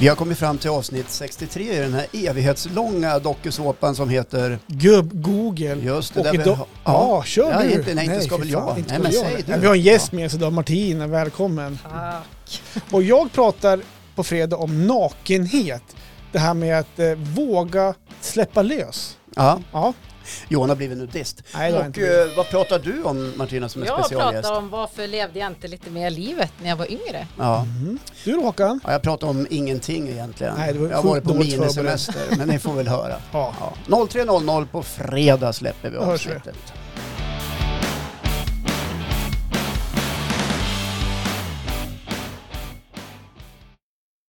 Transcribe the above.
Vi har kommit fram till avsnitt 63 i den här evighetslånga dokusåpan som heter... Gubb-Google. Just det, Och där vi idag... har- Ja, ja. kör Ja, du! inte- nej, inte ska fy väl fan, jag. Inte Nej, ska men jag. säg du. Men vi har en gäst med oss idag, Martin. Välkommen! Tack. Och jag pratar på fredag om nakenhet. Det här med att eh, våga släppa lös. Ja, Ja, Johan har blivit nudist. nej det har jag Och inte blivit. eh, vad pratar du om Martina som är Jag specialgäst? pratar om varför levde jag inte lite mer livet när jag var yngre. Ja. Mm. Du då Håkan? ja, jag pratar om ingenting egentligen. Nej, det var jag har varit på sjukt dåligt minisemester, men ni får väl höra. Ja. Ja. 03.00 på fredag släpper vi Då hörs vi. avsnittet.